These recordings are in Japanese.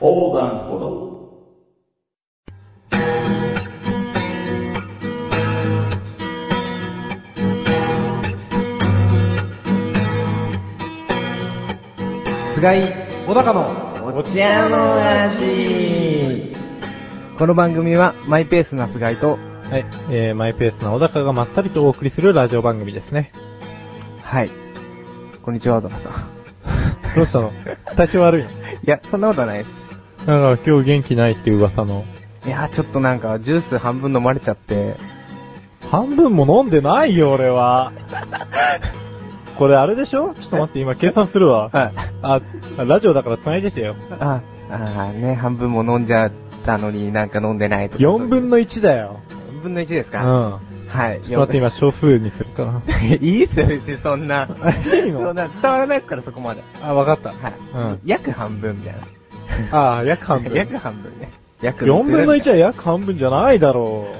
横断歩道。菅井小高のお茶の味この番組はマイペースな菅井と、はい、えー、マイペースな小高がまったりとお送りするラジオ番組ですね。はい。こんにちは、小高 さん。どうした の体調悪いのいや、そんなことはないです。なんか今日元気ないっていう噂の。いやー、ちょっとなんか、ジュース半分飲まれちゃって、半分も飲んでないよ、俺は。これあれでしょちょっと待って、今計算するわ。はい。あ、ラジオだから繋いでてよ。あ、あーね、半分も飲んじゃったのになんか飲んでないとか。 4分の1だよ。 4分の1ですうか、ん。はい。ちょっと待って、今少数にするかな。 4分 いいっすよ、別にそん な。いいのそんな伝わらないですから、そこまで。あ、わかった。はい。うん約半分みたいな。あ、約半分。約半分ね。約4分の1はは約半分じゃないだろう。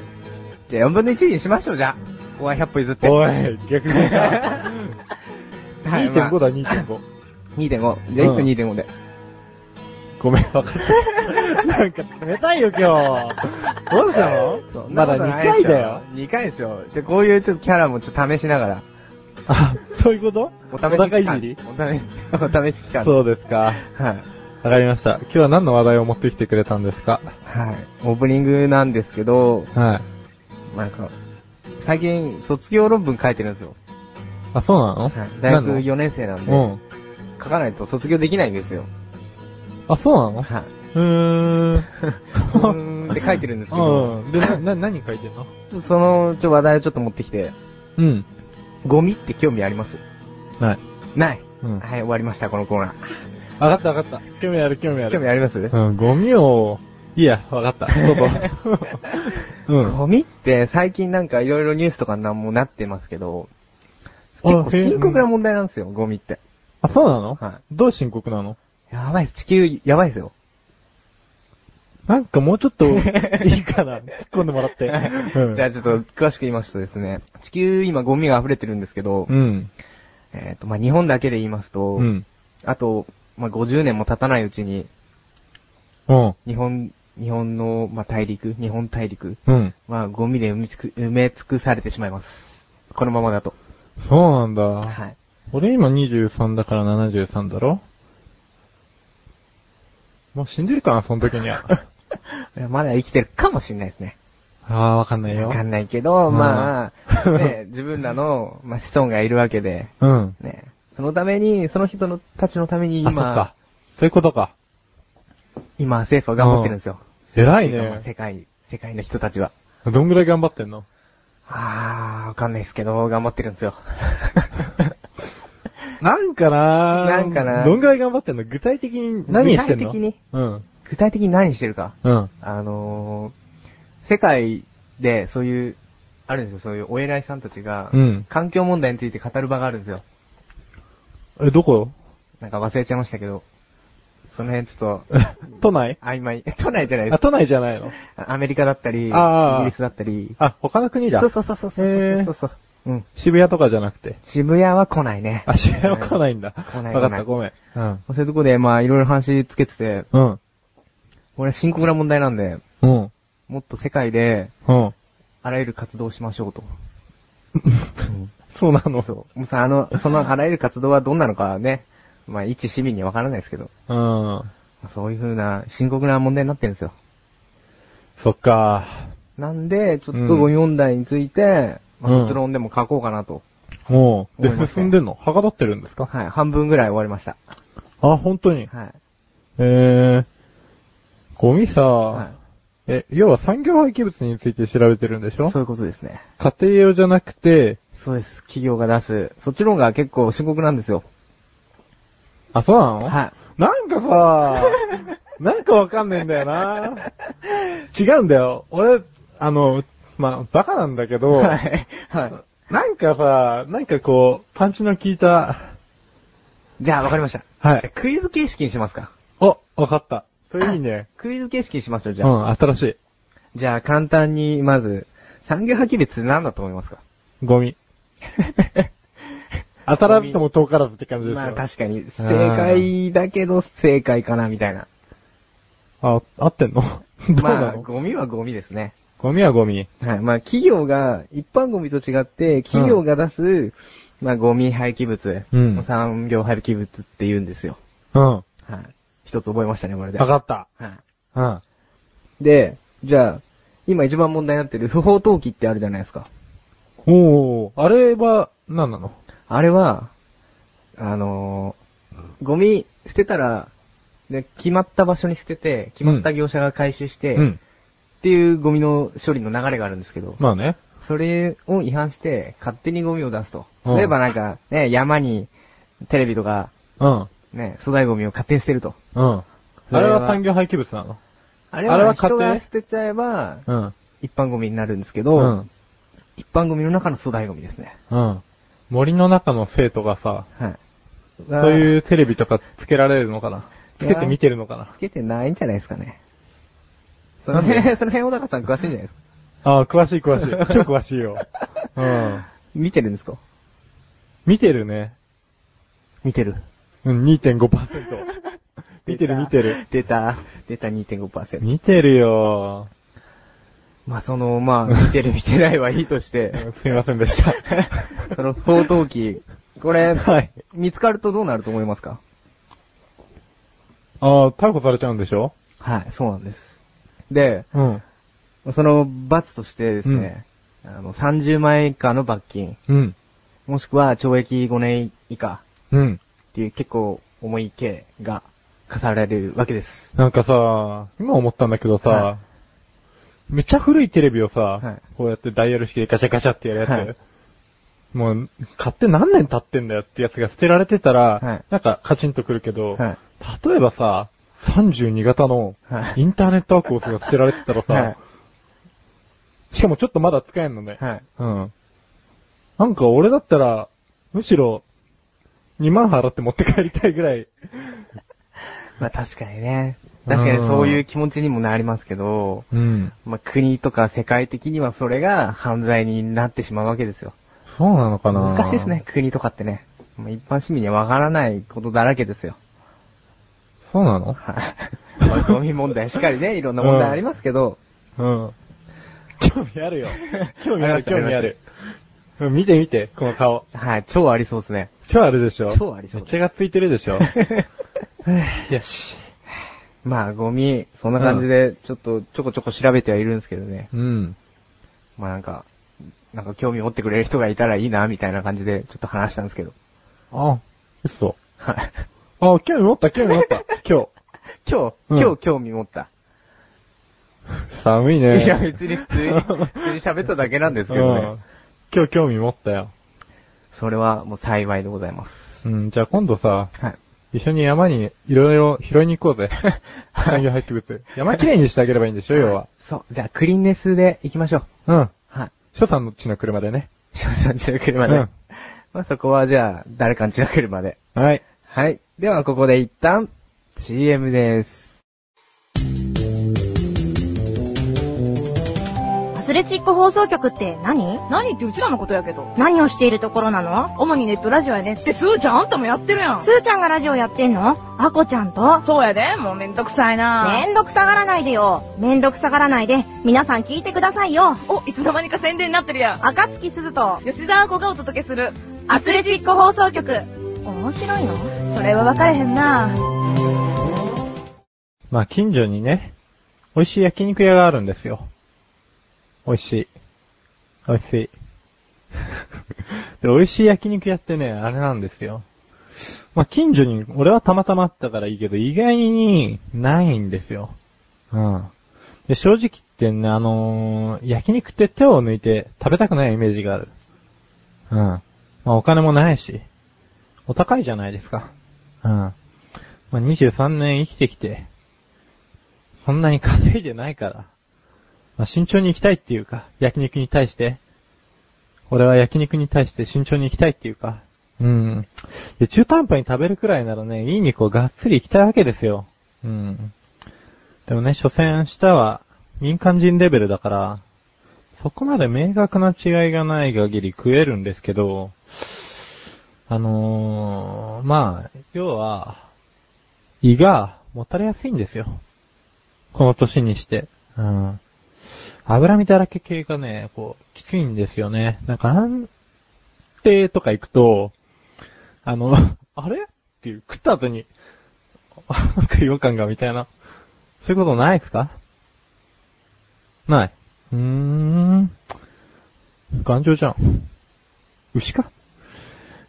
じゃあ4分の1にしましょう、じゃあ。ここは100歩譲 って。おい、逆にさ。はい2.5だ、まあ2.5。 2.5。じゃあ、いつうん2.5で。ごめん、わかった。なんか冷たいよ、今日。どうしたそのんなまこだと2ないです回だよ。。 2回ですよ。じゃあ、こういうちょっとキャラもちょっと試しながら。あ、そういうことお試おし高期い間じり。お試し、お試し期間。そうですか。はい。わかりました。今日は何の話題を持ってきてくれたんですかはい。オープニングなんですけど、はい。なんか、最近卒業論文書いてるんですよ。あ、そうなはの、い、大学何の4年生なんで、うん。書かないと卒業できないんですよ。あ、そうなのはい。うーん。 ううーんって書いてるんですけど、ん。で、な、な、何書いてんのそのちょ話題をちょっと持ってきて、うん。ゴミって興味ありますはい。ない、うんはい、終わりました、このコーナわかったわかった。興味ある興味あー。興る。味あります、うん、ゴミを、いいや、わかった。どうぞ。 うん。ゴミって最近なんかいろいろニュースとかなんもなってますけど、結構あへえ深刻な問題なんですよ、ゴミって。あ、そうなのはどう深刻なのやばいです、地球やばいですよ。なんかもうちょ っと、いいかな。突っ込んでもら って。 うんじゃあちょっと詳しく言いますとですね、地球今ゴミが溢れてるんですけど、うん。えっ、と、まあ、日本だけで言いますと、うん。あと、まあ、50年も経たないうちに、うん。日本、日本の、まあ、大陸、日本大陸うん。はゴミで埋め尽く埋め尽くされてしまいます。このままだと。そうなんだ。はい。 俺今23だから73だろもう死んでるかな、その時には。いやまだ生きてるかもしれないですね。 ああ、わかんないよわ。かんないけど、うんまあ、ね、自分ら の、まあ、子孫がいるわけで、うん。ね、そのために、その人のたちのためにあ、そっか今、。そういうことか。今政府は頑張ってるんですよ。偉いまあね。世界、世界の人たちは。どんぐらい頑張ってんのあー、わかんないですけど、頑張ってるんです よ。なんかななんかなどんぐらい頑張ってんの具体的に何してん具の体的にうん。具体的に何してるか。うん。あのー、世界でそういう、あるんですよ、そういうお偉いさんたちが、うん環境問題について語る場があるんですよ。え、どこなんか忘れちゃいましたけど、その辺ちょっと、 都内曖昧。 都内じゃないであ、す。都内じゃないのアメリカだったり、イギあーリスだったり。あ、他の国だ。そうそうそうそうそうへーそうそう。うん。渋谷とかじゃなくて。渋谷は来ないね。あ、渋谷は来ないんだ。来ないわ来かなっいた、ごめん。うん。そういうとこで、まあ、いろいろ話つけてて、うん。これは深刻な問題なんで、うん。もっと世界で、うん。あらゆる活動をしましょうと。そうな の。そう。もうさ、あの、そのあらゆる活動はどんなのかね、まあ、一市民にはわからないですけど、うん。そういうふうな深刻な問題になってるんですよ。そっか。なんで、ちょうっんとご4題について、まあうん卒論でも書こうかなと。もう。思いまで、した進んでんのはかどってるんですかはい、半分ぐらい終わりました。あ、本当に。はい。えー。ゴミはさ、え、要は産業廃棄物について調べてるんでしい。ょそういうことですね。家庭用じゃなくて、そうです。企業が出す。そっちの方が結構深刻なんですよ。あ、そうなのはなんかさ、 なんかわかんねえんだよな。違うんだよ。俺、あの、まあ、バカなんだけい。ど、はい。はなんかさ、なんかこう、パンチの効いた、い。じゃあ、わかりました。はじゃい。あクイズ形式にしますか。お、わかった。それいいね。クイズ形式にしましょう、じうゃあ。ん、新しじゃあ、簡単に、まず、産業破棄率何だと思いますか い。ゴミ。当たらずとも遠からずって感じですよ。まあ確かに、正解だけど正解かな、みたいな。あ、合ってんのどう まなあ、の、ゴミはゴミですね。ゴミはゴミ。はい。まあ、企業が、一般ゴミと違って、企業が出す、まあ、ゴミ廃棄物、うん産業廃棄物って言うんですよ。うん。はい。一つ覚えましたね、これで。わかった。はうい。ん。で、じゃあ、今一番問題になってる不法投棄ってあるじゃないですか。おー、あれは、何なのあれは、あのーゴミ捨てたら、ね、決まった場所に捨てて、決まった業者が回収して、うっん。ていうゴミの処理の流れがあるんですけど、まあね。それを違反して、勝手にゴミを出すと。うん例えばなんか、ね、山に、テレビとか、うん。ね、粗大ゴミを勝手に捨てると。うん。そあれれはは産業廃棄物なのあれれはは、勝人手が捨てちゃえば、うん。一般ゴミになるんですけうど、ん。一般ゴミの中の粗大ゴミですね。うん。森の中の生徒がさ、はい。そう。ういうテレビとかつけられるのかなつけて見てるのかなつけてないんじゃないですかね。そのなんで辺、その辺小高さん詳しいんじゃないですか。ああ、詳しい詳しい。超詳しいよ。うん。見てるんですか見てるね。見てる。うん、2.5%。見てる見てる。。出た、出た2.5%。見てるよまあその、まあ、見てる見てないはいいとし ー。うてん、すいませんでした。 その不法投棄、これ、はい見つかるとどうなると思いますかああ、逮捕されちゃうんでしょはい、そうなんです。で、うん。その罰としてですね、あの30万円以下の罰金、うん。もしくは懲役5年以下うん。っていう結構重い刑が課されるわけです。なんかさ、今思ったんだけどさ、はめっちゃ古いテレビをさ、はいこうやってダイヤル式でガシャガシャってやるやつ、はいもう、買って何年経ってんだよってやつが捨てられてたら、はいなんかカチンとくるけど、はい例えばさ、32型のはいインターネットワークをさ捨てられてたらさ、はいしかもちょっとまだ使えんのね。はい。うん。なんか俺だったら、むしろ、2万払って持って帰りたいぐらい。まあ確かにね。確かにそういう気持ちにもなりますけど、うん。まあ国とか世界的にはそれが犯罪になってしまうわけですよ。そうなのかな難しいですね、国とかってね。まあ一般市民にはわからないことだらけですよ。そうなのはい。まあ ゴミ問題しっかりね、いろんな問題ありますけど、うん。興味 あるよ。興味あありまる、す興味ある。うん見て見て、この顔。はい、超ありそうです ね。超あるでしょ超ありそうめっちゃがついてるでしょ よし。まあ、ゴミ、そんな感じで、ちょっとちょこちょこ調べてはいるんですけどね。うん。まあなんか、なんか興味持ってくれる人がいたらいいな、みたいな感じで、ちょっと話したんですけど。 あ、嘘。はい。あ、興味持った、興味持 った。今今うん日、今日興味持った。日。寒いね。いや、別に普通に、普通に喋っただけなんですけどうねん。今日興味持ったよ。それはもう幸いでございます。うん、じゃあ今度さ、はい。一緒に山にいろいろ拾いに 行こうぜ。産業廃棄物。山きれいにしてあげればいいんでしょ、要は。そう、じゃあクリーンネスで行きましょう。うん。はい。翔さんの家の車でね。翔さんちの車で。うんまあそこはじゃあ、誰かんちの車で。はい。はい。ではここで一旦、CM です。アスレチック放送局って何何ってうちらのことやけど。何をしているところなの主にネットラジオやねって、すーちゃんあんたもやってるやん。すーちゃんがラジオやってんのあこちゃんとそうやで、もうめんどくさいなめんどくさがらないでよ。めんどくさがらないで、皆さん聞いてくださいよ。お、いつの間にか宣伝になってるやん。赤月すずと、吉沢子がお届けする。アスレチック放送局。面白いのそれは分かれへんな。まあ、近所にね、美味しい焼肉屋があるんですよ。美味しい。美味しい。 で、美味しい焼肉屋ってね、あれなんですよ。まあ、近所に、俺はたまたまあったからいいけど、意外に、ないんですよ。うん。で、正直言ってね、あのー焼肉って手を抜いて食べたくないイメージがある。うん。まあ、お金もないし、お高いじゃないですか。うん。まあ、23年生きてきて、そんなに稼いでないから、まあ、慎重に行きたいっていうか、焼肉に対して、俺は焼肉に対して慎重に行きたいっていうか、うん。で、中途半端に食べるくらいならね、いい肉をがっつり行きたいわけですよ。うん。でもね、所詮下は民間人レベルだから、そこまで明確な違いがない限り食えるんですけど、あのー、まあ、要は、胃がもたれやすいんですよ。この年にして。うん。脂身だらけ系がね、こう、きついんですよね。なんか、安定とか行くと、あの、 あれっていう、食った後に、あなんか違和感がみたいな。そういうことないですかない。うーん。頑丈じゃん。牛か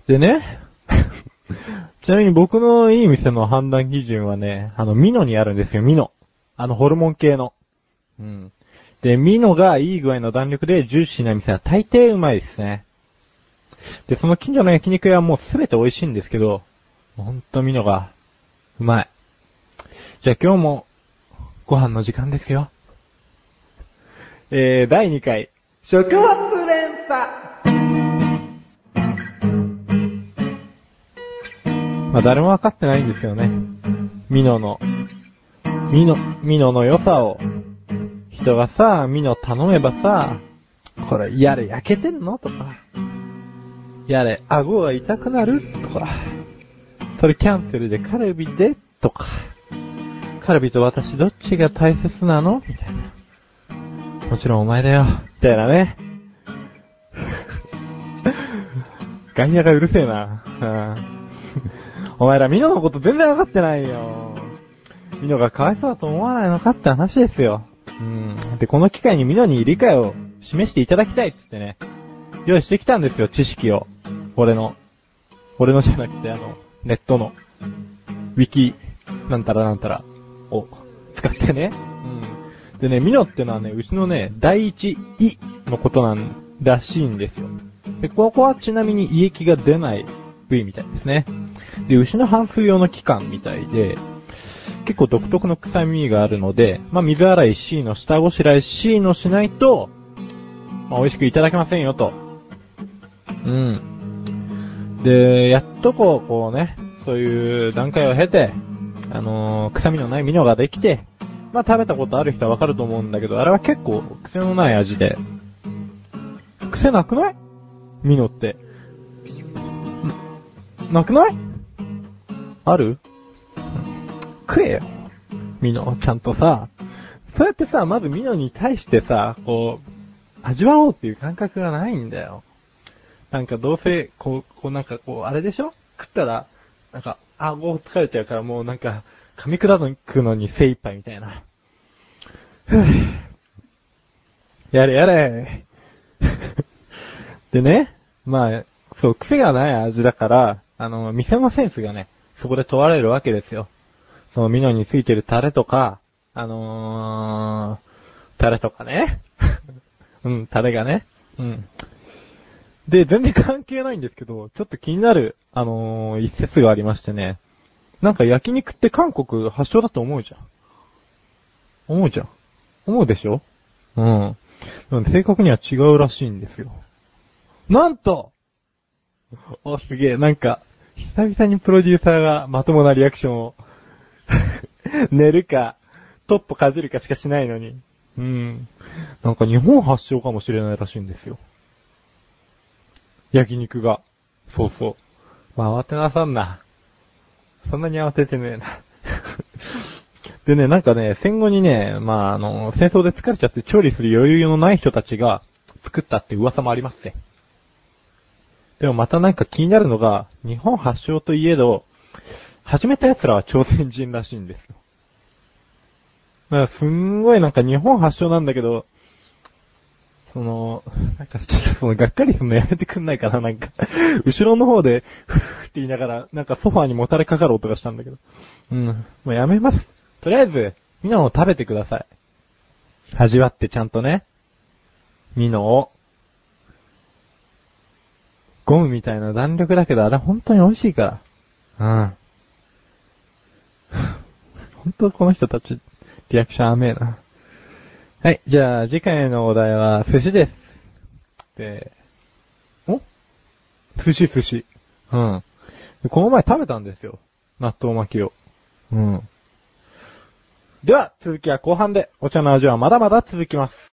でね、 ちなみに僕のいい店の判断基準はね、あの、ミノにあるんですよ、ミノ。あの、ホルモン系の。うん。で、ミノがいい具合の弾力でジューシーな店は大抵うまいですね。で、その近所の焼肉屋はもうすべて美味しいんですけど、ほんとミノが、うまい。じゃあ今日も、ご飯の時間ですよ。えー、第2回、食発連覇まあ、誰も分かってないんですよね。ミノの、ミノ、ミノの良さを、人がさ、ミノ頼めばさ、これ、やれ焼けてんのとか、やれ顎が痛くなるとか、それキャンセルでカルビでとか、カルビと私どっちが大切なのみたいな。もちろんお前だよ。みたいなね。 ガイアがうるせえな。うんお前らミノのこと全然わかってないよ。ミノがかわいそうだと思わないのかって話ですよ。うん。で、この機会にミノに理解を示していただきたいっつってね、用意してきたんですよ、知識を。俺の。俺のじゃなくて、あの、ネットの、ウィキ、なんたらなんたらを使ってね。うん。でね、ミノってのはね、うちのね、第一イのことなんらしいんですよ。で、ここはちなみに胃液が出ない部位みたいですね。で、牛の半数用の器官みたいで、結構独特の臭みがあるので、まあ、水洗い C の下ごしらえ C のしないと、まあ、美味しくいただけませんよと。うん。で、やっとこう、こうね、そういう段階を経て、あのー臭みのないミノができて、まあ、食べたことある人はわかると思うんだけど、あれは結構癖のない味で、癖なくないミノって。な、なくないある食えよ。ミノ、ちゃんとさ。そうやってさ、まずミノに対してさ、こう、味わおうっていう感覚がないんだよ。なんかどうせ、こう、こうなんかこう、あれでしょ食ったら、なんか、顎疲れちゃうからもうなんか、噛み砕くのに精一杯みたいな。ふぅやれやれ。 でね、まあ、そう、癖がない味だから、あの、店のセンスがね、そこで問われるわけですよ。そのミノについてるタレとか、あのー、タレとかね。 うん、タレがね。うん。で、全然関係ないんですけど、ちょっと気になる、あのー、一節がありましてね。なんか焼肉って韓国発祥だと思うじゃん。思うじゃん。思うでしょうん。でも正確には違うらしいんですよ。なんとお、すげえ、なんか、久々にプロデューサーがまともなリアクションを。 寝るか、トップかじるかしかしないのに。うん。なんか日本発祥かもしれないらしいんですよ。焼肉が。そうそう。まあ、慌てなさんな。そんなに慌ててねえな。 でね、なんかね、戦後にね、まあ、あの、戦争で疲れちゃって調理する余裕のない人たちが作ったって噂もありますね。でもまたなんか気になるのが、日本発祥といえど、始めた奴らは朝鮮人らしいんですよ。だからすんごいなんか日本発祥なんだけど、その、なんかちょっとそのがっかりするのやめてくんないかな、なんか。後ろの方で、ふーって言いながら、なんかソファーにもたれかかる音がしたんだけど。うん。もうやめます。とりあえず、ミノを食べてください。味わってちゃんとね。ミノを。ゴムみたいな弾力だけど、あれ本当に美味しいから。うん。本当この人たち、リアクション甘えな。はい、じゃあ次回のお題は寿司です。で、お寿司寿司。うん。でこの前食べたんですよ。納豆巻きを。うん。では、続きは後半で、お茶の味はまだまだ続きます。